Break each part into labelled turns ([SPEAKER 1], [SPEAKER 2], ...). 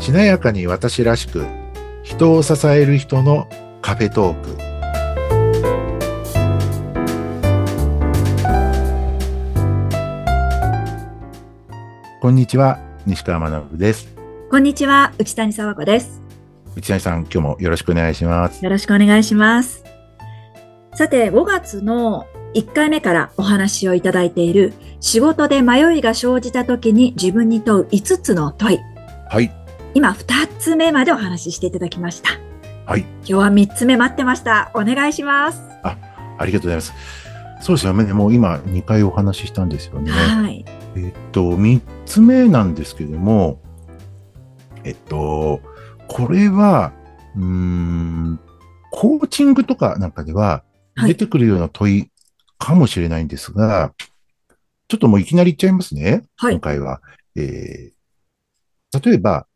[SPEAKER 1] 華やかに私らしく人を支える人のカフェトークこんにちは西川学です
[SPEAKER 2] こんにちは、内谷沢子です。
[SPEAKER 1] 内谷さん今日もよろしくお願いします
[SPEAKER 2] よろしくお願いします。さて、5月の1回目からお話をいただいている、仕事で迷いが生じた時に自分に問う5つの問い。
[SPEAKER 1] はい
[SPEAKER 2] 今、2つ目までお話ししていただきました。
[SPEAKER 1] はい
[SPEAKER 2] 今日は3つ目待ってました。お願いします。
[SPEAKER 1] ありがとうございますそうですよねもう今2回お話ししたんですよね
[SPEAKER 2] はい。
[SPEAKER 1] えっと、3つ目なんですけども、えっと、これは、うーん、コーチングとかなんかでは
[SPEAKER 2] はい
[SPEAKER 1] 出てくるような問いかもしれないんですが、ちょっともういきなり言っちゃいますね、
[SPEAKER 2] はい
[SPEAKER 1] 今回は。えー例えば、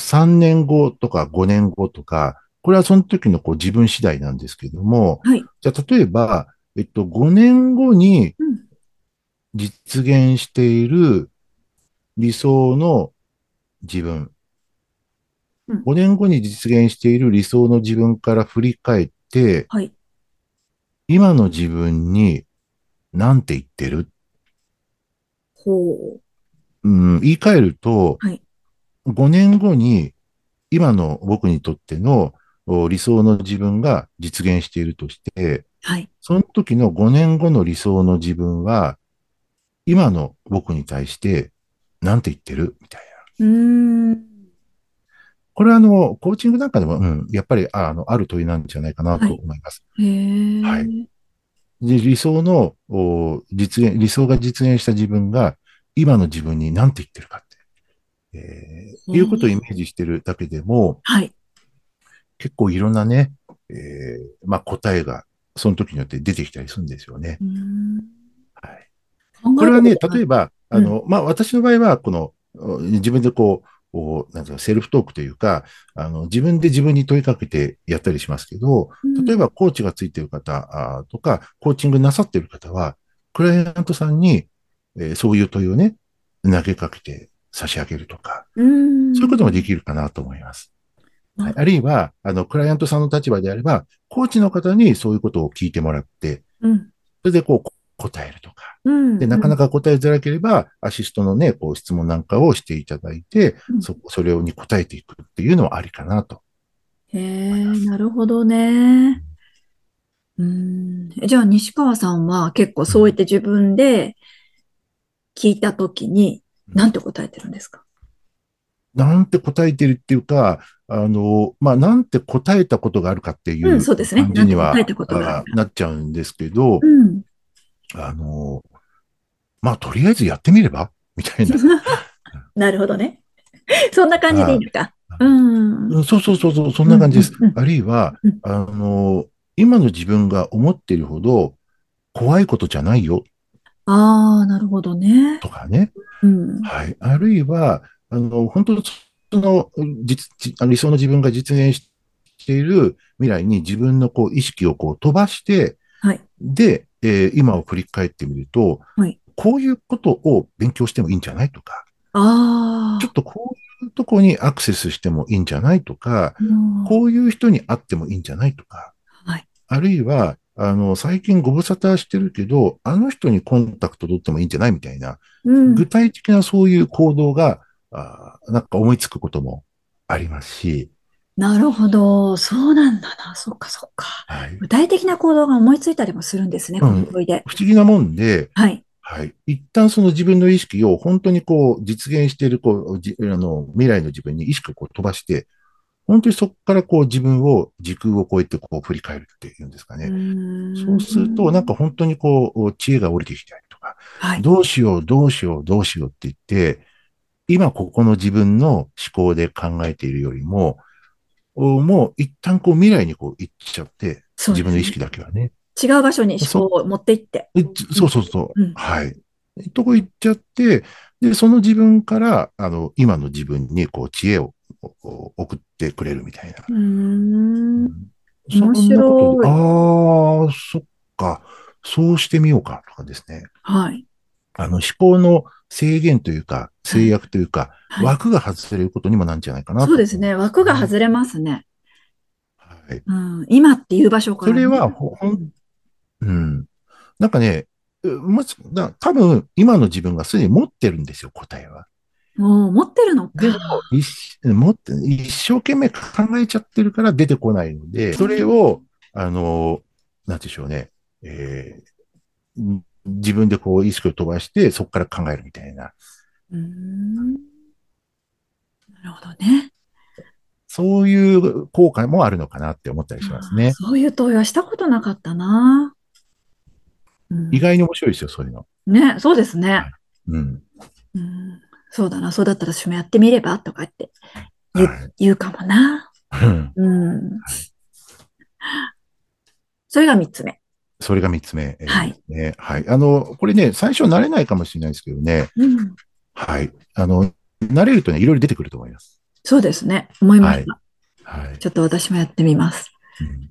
[SPEAKER 1] 3年後とか5年後とか、これはその時のこう自分次第なんですけども、
[SPEAKER 2] はい
[SPEAKER 1] じゃあ例えば、えっと、5年後に
[SPEAKER 2] うん
[SPEAKER 1] 実現している理想の自分。
[SPEAKER 2] うん
[SPEAKER 1] 5年後に実現している理想の自分から振り返って、
[SPEAKER 2] はい。
[SPEAKER 1] 今の自分に何て言ってる、
[SPEAKER 2] ほ
[SPEAKER 1] う
[SPEAKER 2] う。
[SPEAKER 1] ん、言い換えると、
[SPEAKER 2] はい
[SPEAKER 1] 5年後に今の僕にとってのお理想の自分が実現しているとして、
[SPEAKER 2] はい。
[SPEAKER 1] その時の5年後の理想の自分は、今の僕に対して何て言ってるみたいな。
[SPEAKER 2] うーん。
[SPEAKER 1] これはあの、コーチングなんかでも、うん、やっぱり、ああの、ある問いなんじゃないかなと思います。
[SPEAKER 2] へー
[SPEAKER 1] はいで理想の、お実現、理想が実現した自分が、今の自分に何て言ってるかって、えー
[SPEAKER 2] うん
[SPEAKER 1] いうことをイメージしてるだけでも、
[SPEAKER 2] はい。
[SPEAKER 1] 結構いろんなね、えーまあ答えが、その時によって出てきたりするんですよね。
[SPEAKER 2] うーん
[SPEAKER 1] はい、これはね、例え
[SPEAKER 2] ば。
[SPEAKER 1] ば、あの、まあ私の場合は、この、お自分でこう、おなんていうか、セルフトークというか、あの、自分で自分に問いかけてやったりしますけど、
[SPEAKER 2] うん
[SPEAKER 1] 例えばコーチがついてる方あーとか、コーチングなさってる方は、クライアントさんに、えーそういう問いをね、投げかけて差し上げるとか、
[SPEAKER 2] うん
[SPEAKER 1] そういうこともできるかなと思います。
[SPEAKER 2] うん
[SPEAKER 1] はい、あるいは、あの、クライアントさんの立場であれば、コーチの方にそういうことを聞いてもらって、
[SPEAKER 2] うん。
[SPEAKER 1] それでこう、答えるとか。
[SPEAKER 2] うん。
[SPEAKER 1] で、なかな
[SPEAKER 2] か。
[SPEAKER 1] か答えづらければ、アシストのね、こう、質問なんかをしていただいて
[SPEAKER 2] う、ん
[SPEAKER 1] そ、それに答えていくっていうのはありかなと。
[SPEAKER 2] へえ、なるほどね。うん。じゃあ、西川さんは結構そうやって自分で聞いたときに、
[SPEAKER 1] うん
[SPEAKER 2] なんて答えてるんですか
[SPEAKER 1] なんて答えてるっていうか、あの、まあ、なんて答えたことがあるかってい
[SPEAKER 2] うん
[SPEAKER 1] う
[SPEAKER 2] そうですね
[SPEAKER 1] 感じには、
[SPEAKER 2] なんて答えたことがある
[SPEAKER 1] あなっちゃうんですけど
[SPEAKER 2] う、ん。
[SPEAKER 1] あの、まあ、とりあえずやってみればみたいな。
[SPEAKER 2] なるほどね。 そんな感じでいいのか。うん。
[SPEAKER 1] うんそうそうそうそう、そんな感じです
[SPEAKER 2] うんうんう。ん
[SPEAKER 1] あるいは
[SPEAKER 2] うん、
[SPEAKER 1] あの、今の自分が思っているほど怖いことじゃないよ
[SPEAKER 2] ああ、なるほどね。
[SPEAKER 1] とかね。
[SPEAKER 2] うん。
[SPEAKER 1] はい。あるいは、あの、本当にその実じ理想の自分が実現している未来に自分のこう意識をこう飛ばして、
[SPEAKER 2] はい。
[SPEAKER 1] で、えー今を振り返ってみると、
[SPEAKER 2] はい
[SPEAKER 1] こういうことを勉強してもいいんじゃないとか、
[SPEAKER 2] あ
[SPEAKER 1] ちょっとこういうとこにアクセスしてもいいんじゃないとか、
[SPEAKER 2] あ、うん
[SPEAKER 1] こういう人に会ってもいいんじゃないとか、
[SPEAKER 2] はい。
[SPEAKER 1] あるいは、あの、最近ご無沙汰してるけど、あの人にコンタクト取ってもいいんじゃないみたいな、
[SPEAKER 2] うん。
[SPEAKER 1] 具体的なそういう行動が、あーなんか思いつくこともありますし、
[SPEAKER 2] なるほど。そうなんだな。そっかそっか。
[SPEAKER 1] はい、
[SPEAKER 2] 具体的な行動が思いついたりもするんですね、
[SPEAKER 1] う
[SPEAKER 2] こ
[SPEAKER 1] ん
[SPEAKER 2] の問いで。
[SPEAKER 1] 不思議なもんで、
[SPEAKER 2] はい。
[SPEAKER 1] はい。一旦その自分の意識を本当にこう実現しているこうじあの未来の自分に意識をこう飛ばして、本当にそこからこう自分を時空を超えてこう振り返るっていうんですかね。そうするとなんか本当にこう知恵が降りてきたりとか、
[SPEAKER 2] はい。
[SPEAKER 1] どうしようどうしようどうしようって言って、今ここの自分の思考で考えているよりも、おもう一旦こう未来にこう行っちゃって、
[SPEAKER 2] そう
[SPEAKER 1] 自分の
[SPEAKER 2] で
[SPEAKER 1] 意
[SPEAKER 2] すね
[SPEAKER 1] 識だけはね。
[SPEAKER 2] 違う場所に思考を持っていって。
[SPEAKER 1] えちそうそうそう。
[SPEAKER 2] うん
[SPEAKER 1] はい。とこ行っちゃって、で、その自分から、あの、今の自分に、こう、知恵をおお送ってくれるみたいな。
[SPEAKER 2] うーん。
[SPEAKER 1] そん
[SPEAKER 2] 面白い
[SPEAKER 1] なことで、ああ、そっか、そうしてみようか、とかですね。
[SPEAKER 2] はい。
[SPEAKER 1] あの、思考の制限というか、制約というか、
[SPEAKER 2] はい
[SPEAKER 1] 枠が外れることにもなるんじゃないかなと。
[SPEAKER 2] そうです。ね。枠が外れますね。
[SPEAKER 1] はい。
[SPEAKER 2] うん、今っていう場所から
[SPEAKER 1] そ
[SPEAKER 2] ね、
[SPEAKER 1] れはほ、ほん、うん。なんかね、うもし、だ多分、今の自分がすでに持ってるんですよ、答えは。
[SPEAKER 2] もう持ってるの
[SPEAKER 1] でも
[SPEAKER 2] か。、
[SPEAKER 1] 一もっと一生懸命考えちゃってるから出てこないので、それを、あの、なんて言うんでしょうね、えーん自分でこう意識を飛ばして、そこから考えるみたいな、
[SPEAKER 2] うーんなるほどね。
[SPEAKER 1] そういう効果もあるのかなって思ったりします
[SPEAKER 2] あ
[SPEAKER 1] ね
[SPEAKER 2] ー。そういう問いはしたことなかったな。うん
[SPEAKER 1] 意外に面白いですよ、そういうの。
[SPEAKER 2] ね、そうですね。
[SPEAKER 1] はいうん。
[SPEAKER 2] うん、そうだな、そうだったら私もやってみればとかって言う
[SPEAKER 1] はい
[SPEAKER 2] 言うかもな。
[SPEAKER 1] うん
[SPEAKER 2] うん。それが三つ目。
[SPEAKER 1] それが三つ目。えー
[SPEAKER 2] はい。
[SPEAKER 1] ね、はい。あの、これね、最初慣れないかもしれないですけどね、
[SPEAKER 2] うん、
[SPEAKER 1] はい。あの、慣れるとね、いろいろ出てくると思います。
[SPEAKER 2] そうですね。思いました。
[SPEAKER 1] はい。
[SPEAKER 2] ちょっと私もやってみます。
[SPEAKER 1] うん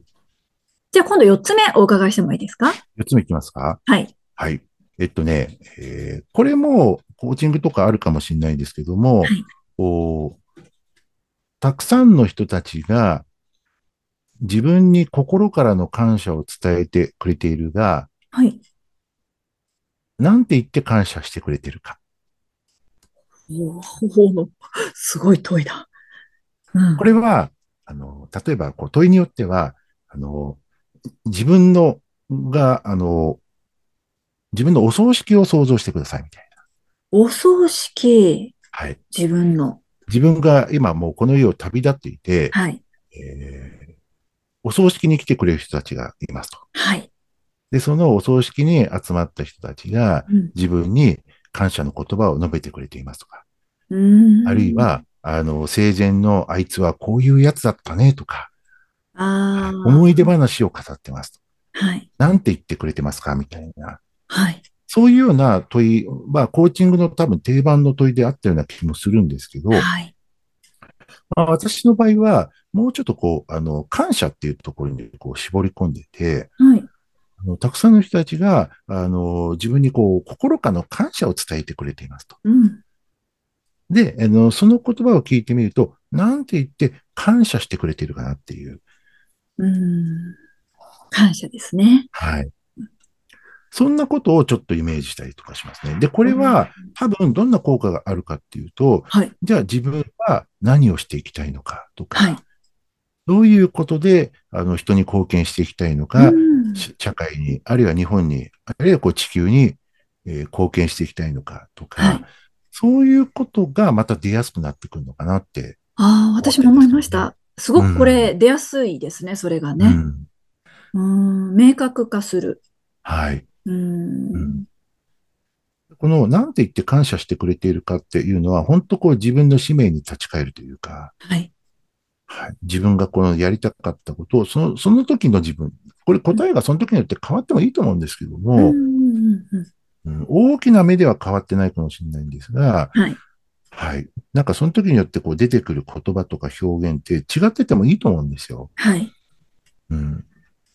[SPEAKER 2] じゃあ今度四つ目お伺いしてもいいですか
[SPEAKER 1] 四つ目いきますか
[SPEAKER 2] はい。
[SPEAKER 1] はい。えっとね、えーこれもコーチングとかあるかもしれないんですけども、
[SPEAKER 2] はい
[SPEAKER 1] こうたくさんの人たちが自分に心からの感謝を伝えてくれているが、
[SPEAKER 2] はい。
[SPEAKER 1] なんて言って感謝してくれてるか。
[SPEAKER 2] おお、すごい問いだ。うん
[SPEAKER 1] こ。れは、あの、例えばこう問いによっては、あの、自分のが、あの、自分のお葬式を想像してくださいみたいな。
[SPEAKER 2] お葬式、
[SPEAKER 1] はい。
[SPEAKER 2] 自分の。
[SPEAKER 1] 自分が今もうこの世を旅立っていて、
[SPEAKER 2] はい。
[SPEAKER 1] えーお葬式に来てくれる人たちがいますと。
[SPEAKER 2] はい。
[SPEAKER 1] で、そのお葬式に集まった人たちが
[SPEAKER 2] うん
[SPEAKER 1] 自分に感謝の言葉を述べてくれていますとか、
[SPEAKER 2] うん
[SPEAKER 1] あるい、は、あの、生前のあいつはこういうやつだったねとか、
[SPEAKER 2] ああ、
[SPEAKER 1] 思い出話を語ってますと。
[SPEAKER 2] はい。
[SPEAKER 1] なんて言ってくれてますかみたいな。
[SPEAKER 2] はい。
[SPEAKER 1] そういうような問いは、コーチングの多分定番の問いであったような気もするんですけど、
[SPEAKER 2] はい。
[SPEAKER 1] まあ、私の場合は、もうちょっとこう、あの、感謝っていうところにこう絞り込んでて、
[SPEAKER 2] はい。
[SPEAKER 1] あのたくさんの人たちが、あの、自分にこう、心からの感謝を伝えてくれていますと。
[SPEAKER 2] うん。
[SPEAKER 1] で、あの、その言葉を聞いてみると、なんて言って感謝してくれているかなっていう。
[SPEAKER 2] うん。感謝ですね。
[SPEAKER 1] はい。そんなことをちょっとイメージしたりとかしますね。で、これは多分どんな効果があるかっていうと、
[SPEAKER 2] はい。
[SPEAKER 1] じゃあ自分は何をしていきたいのかとか、
[SPEAKER 2] はい。
[SPEAKER 1] どういうことで、あの、人に貢献していきたいのか
[SPEAKER 2] う、ん
[SPEAKER 1] し社会に、あるいは日本に、あるいはこう地球に、えー貢献していきたいのかとか、
[SPEAKER 2] はい
[SPEAKER 1] そういうことがまた出やすくなってくるのかなって。
[SPEAKER 2] ああ、私も思いました。すごくこれ、出やすいですね、それが
[SPEAKER 1] う
[SPEAKER 2] ね。
[SPEAKER 1] ん
[SPEAKER 2] うん、明確化する。
[SPEAKER 1] はい。
[SPEAKER 2] うん。
[SPEAKER 1] うんこの、なんて言って感謝してくれているかっていうのは、本当こう自分の使命に立ち返るというか、
[SPEAKER 2] はい。
[SPEAKER 1] はい、自分がこのやりたかったことを、その、その時の自分、これ答えがその時によって変わってもいいと思うんですけど
[SPEAKER 2] うん
[SPEAKER 1] も、
[SPEAKER 2] うんうん
[SPEAKER 1] うん大きな目では変わってないかもしれないんですが、
[SPEAKER 2] はい。
[SPEAKER 1] はい。なんかその時によってこう出てくる言葉とか表現って違っててもいいと思うんですよ。
[SPEAKER 2] はい。
[SPEAKER 1] うん。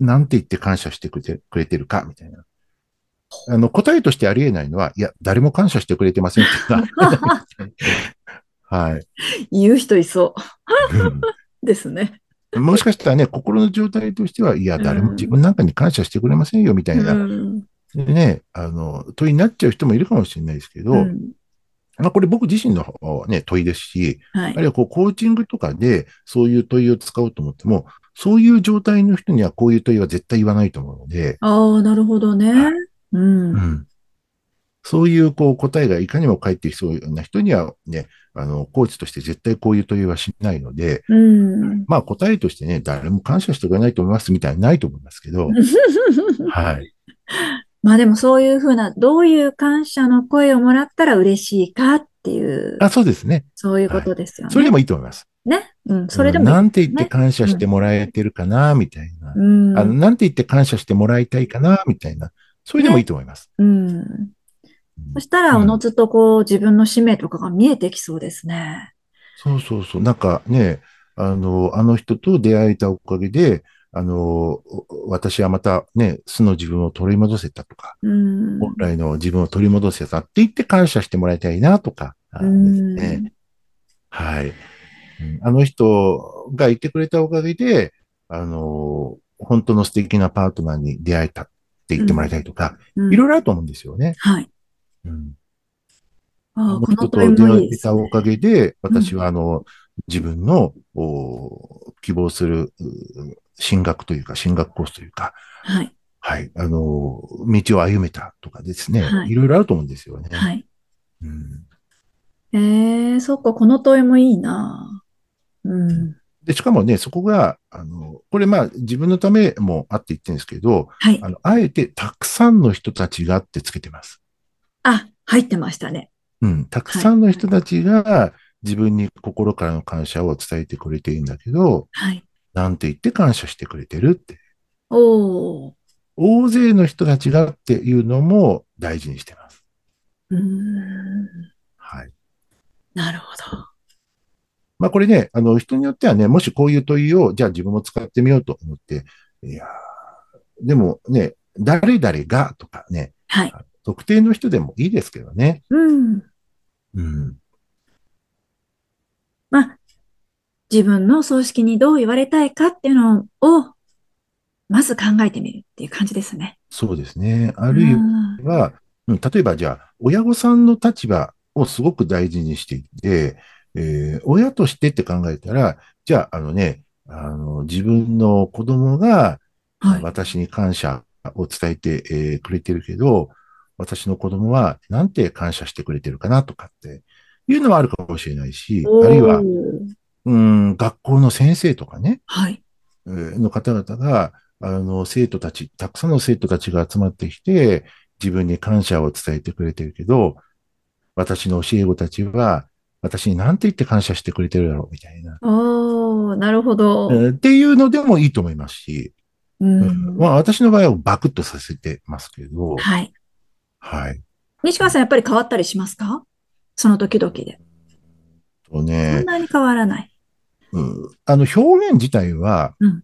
[SPEAKER 1] なんて言って感謝してくれてくれてるか、みたいな。あの、答えとしてありえないのは、いや、誰も感謝してくれてませんっていう のははい、
[SPEAKER 2] 言う人いそ
[SPEAKER 1] うん
[SPEAKER 2] うですね。
[SPEAKER 1] もしかしたらね、心の状態としては、いや、誰も自分なんかに感謝してくれませんよ、みた
[SPEAKER 2] う
[SPEAKER 1] いな、
[SPEAKER 2] ん。
[SPEAKER 1] ね、あの、問いになっちゃう人もいるかもしれないですけど、
[SPEAKER 2] うん
[SPEAKER 1] まあ、これ僕自身の、ね、問いですし、あ
[SPEAKER 2] は
[SPEAKER 1] る
[SPEAKER 2] い。
[SPEAKER 1] いはこうコーチングとかでそういう問いを使おうと思っても、そういう状態の人にはこういう問いは絶対言わないと思うので、
[SPEAKER 2] ああ、なるほどね。うん。
[SPEAKER 1] うんそういうこう答えがいかにも返ってきそうな人にはね、あの、コーチとして絶対こういう問いはしないので、
[SPEAKER 2] うん。
[SPEAKER 1] まあ答えとしてね、誰も感謝してくれないと思いますみたいなのはないと思いますけど、はい。
[SPEAKER 2] まあでもそういうふうな、どういう感謝の声をもらったら嬉しいかっていう、
[SPEAKER 1] あ、そうですね。
[SPEAKER 2] そういうことですよね。
[SPEAKER 1] それでもいいと思います。
[SPEAKER 2] ね。うん、それでも
[SPEAKER 1] う
[SPEAKER 2] い
[SPEAKER 1] ん
[SPEAKER 2] い。
[SPEAKER 1] なんて言って感謝してもらえてるかな、みたいな。
[SPEAKER 2] うん。
[SPEAKER 1] あの、なんて言って感謝してもらいたいかな、みたいな。それでもいいと思います。
[SPEAKER 2] うん。
[SPEAKER 1] うん
[SPEAKER 2] そしたら、おのずとこう、自分の使命とかが見えてきそうですね。
[SPEAKER 1] そうそうそう。なんかね、あの、あの人と出会えたおかげで、あの、私はまたね、素の自分を取り戻せたとか、
[SPEAKER 2] うん。
[SPEAKER 1] 本来の自分を取り戻せたって言って感謝してもらいたいなとか、あです
[SPEAKER 2] うん
[SPEAKER 1] ね。はい。うんあの人がいてくれたおかげで、あの、本当の素敵なパートナーに出会えたって言ってもらいたいとか、
[SPEAKER 2] うん
[SPEAKER 1] いろいろあると思うんですよね。
[SPEAKER 2] はい。
[SPEAKER 1] うん。
[SPEAKER 2] ああ、この
[SPEAKER 1] 人と
[SPEAKER 2] 問い
[SPEAKER 1] 出
[SPEAKER 2] もい
[SPEAKER 1] 会
[SPEAKER 2] い
[SPEAKER 1] え
[SPEAKER 2] です
[SPEAKER 1] たおかげで、私はあの、自分のお希望するう進学というか、進学コースというか、
[SPEAKER 2] はい。
[SPEAKER 1] はい、あの、道を歩めたとかですね、
[SPEAKER 2] はい
[SPEAKER 1] いろいろあると思うんですよね。
[SPEAKER 2] はい。
[SPEAKER 1] うん
[SPEAKER 2] ええそっか、この問いもいいな。うん。
[SPEAKER 1] で、しかもね、そこが、あの、これまあ自分のためもあって言ってるんですけど、
[SPEAKER 2] はい
[SPEAKER 1] あ。の、あえてたくさんの人たちがってつけてます。
[SPEAKER 2] あ、入ってましたね。
[SPEAKER 1] うん。たくさんの人たちが自分に心からの感謝を伝えてくれているんだけど、
[SPEAKER 2] はい。
[SPEAKER 1] なんて言って感謝してくれてるって。
[SPEAKER 2] おー。
[SPEAKER 1] 大勢の人たちがっていうのも大事にしてます。
[SPEAKER 2] うーん。
[SPEAKER 1] はい。
[SPEAKER 2] なるほど。
[SPEAKER 1] まあこれね、あの人によってはね、もしこういう問いを、じゃあ自分も使ってみようと思って、いやーでもね、誰々がとかね、
[SPEAKER 2] はい。
[SPEAKER 1] 特定の人でもいいですけどね。
[SPEAKER 2] うん。
[SPEAKER 1] うん。
[SPEAKER 2] まあ、自分の葬式にどう言われたいかっていうのを、まず考えてみるっていう感じですね。
[SPEAKER 1] そうですね。
[SPEAKER 2] あ
[SPEAKER 1] あるいは、うん例えばじゃあ、親御さんの立場をすごく大事にしていて、えー親としてって考えたら、じゃあ、あのね、あの自分の子供が
[SPEAKER 2] はい。
[SPEAKER 1] 私に感謝を伝えて、えーくれてるけど、私の子供はなんて感謝してくれてるかなとかっていうのはあるかもしれないし、あるいは
[SPEAKER 2] お、ー
[SPEAKER 1] うん、学校の先生とかね、
[SPEAKER 2] はい。
[SPEAKER 1] えーの方々が、あの、生徒たち、たくさんの生徒たちが集まってきて、自分に感謝を伝えてくれてるけど、私の教え子たちは、私に何て言って感謝してくれてるだろう、みたいな。
[SPEAKER 2] おー、なるほど。
[SPEAKER 1] えーっていうのでもいいと思いますし、
[SPEAKER 2] うん。
[SPEAKER 1] まあ私の場合はバクッとさせてますけど、
[SPEAKER 2] はい。
[SPEAKER 1] はい。
[SPEAKER 2] 西川さん、やっぱり変わったりしますかその時々で。
[SPEAKER 1] と
[SPEAKER 2] そん
[SPEAKER 1] ね、
[SPEAKER 2] なに変わらない。
[SPEAKER 1] うんあの表現自体は、
[SPEAKER 2] うん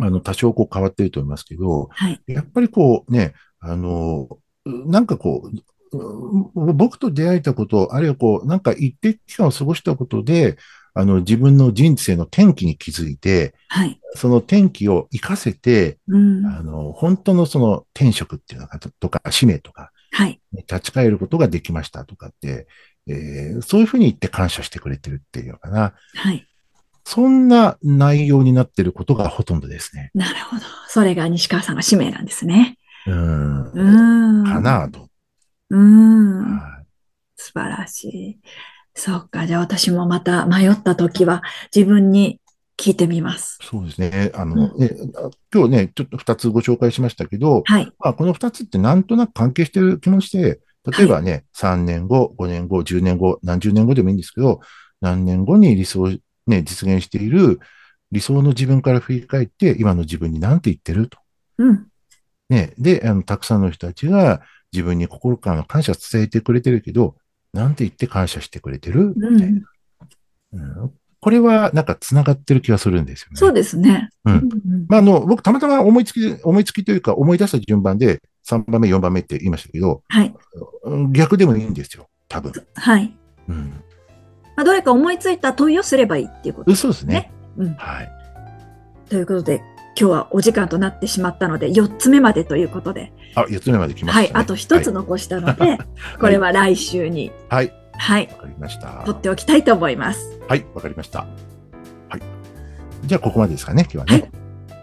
[SPEAKER 1] あの多少こう変わってると思いますけど、
[SPEAKER 2] はい。
[SPEAKER 1] やっぱりこうね、あの、なんかこう、うん僕と出会えたこと、あるいはこう、なんか一定期間を過ごしたことで、あの、自分の人生の転機に気づいて、
[SPEAKER 2] はい。
[SPEAKER 1] その転機を活かせて、
[SPEAKER 2] うん。
[SPEAKER 1] あの、本当のその転職っていうのかとか、使命とか、
[SPEAKER 2] はい。
[SPEAKER 1] 立ち返ることができましたとかって、えーそういうふうに言って感謝してくれてるっていうのかな。
[SPEAKER 2] はい。
[SPEAKER 1] そんな内容になってることがほとんどですね。
[SPEAKER 2] なるほど。それが西川さんの使命なんですね。
[SPEAKER 1] うん。
[SPEAKER 2] うーん。
[SPEAKER 1] かなぁと。
[SPEAKER 2] うん。
[SPEAKER 1] は
[SPEAKER 2] 素晴らしい。そうか。じゃあ私もまた迷った時は自分に聞いてみます。
[SPEAKER 1] いそうですね。あの、ねあ今日ね、ちょっと2つご紹介しましたけど、
[SPEAKER 2] はい。
[SPEAKER 1] まあ、この2つってなんとなく関係してる気もして、例えばね、3年後、5年後、10年後、何十年後でもいいんですけど、何年後に理想、ね、実現している理想の自分から振り返って、今の自分に何て言ってると。
[SPEAKER 2] うん。
[SPEAKER 1] ね、で、あの、たくさんの人たちが自分に心からの感謝を伝えてくれてるけど、なんて言って感謝してくれてる
[SPEAKER 2] う。
[SPEAKER 1] みたいなんうんこれはなんか繋がってる気がするんですよね。
[SPEAKER 2] そうですね。
[SPEAKER 1] うん
[SPEAKER 2] ん。
[SPEAKER 1] まあ、あの、僕たまたま思いつきで、思いつきというか思い出した順番で3番目、4番目って言いましたけど、
[SPEAKER 2] はい。
[SPEAKER 1] うん逆でもいいんですよ。多分。
[SPEAKER 2] はい。
[SPEAKER 1] うん。
[SPEAKER 2] まあ、どれか思いついた問いをすればいいっていうこと。
[SPEAKER 1] そうですね。
[SPEAKER 2] うん。
[SPEAKER 1] はい。
[SPEAKER 2] ということで、今日はお時間となってしまったので、4つ目までということで、
[SPEAKER 1] あ、4つ目まで来ました、
[SPEAKER 2] は
[SPEAKER 1] ね。
[SPEAKER 2] い、あと1つ残したので、これは来週に、
[SPEAKER 1] はい。はい。
[SPEAKER 2] はい、
[SPEAKER 1] わかりました。
[SPEAKER 2] 取っておきたいと思います。
[SPEAKER 1] はい。わかりました。はい。じゃあ、ここまでですかね、今日はね。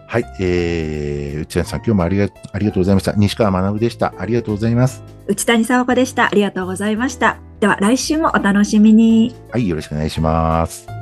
[SPEAKER 1] はい。えー、内田さん、今日もありがありがとうございました。西川学でした。ありがとうございます。
[SPEAKER 2] 内谷沙和子でした。ありがとうございました。では、来週もお楽しみに。
[SPEAKER 1] はい。よろしくお願いします。